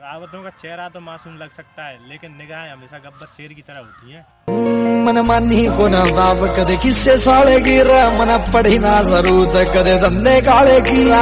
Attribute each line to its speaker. Speaker 1: रावतों का चेहरा तो मासूम लग सकता है लेकिन निगाहें हमेशा गब्बर शेर की तरह होती हैं
Speaker 2: मनमानी होना बाप कदे किस्से साले गिरा मन पढ़ी ना जरूरत कदे धंधे काले की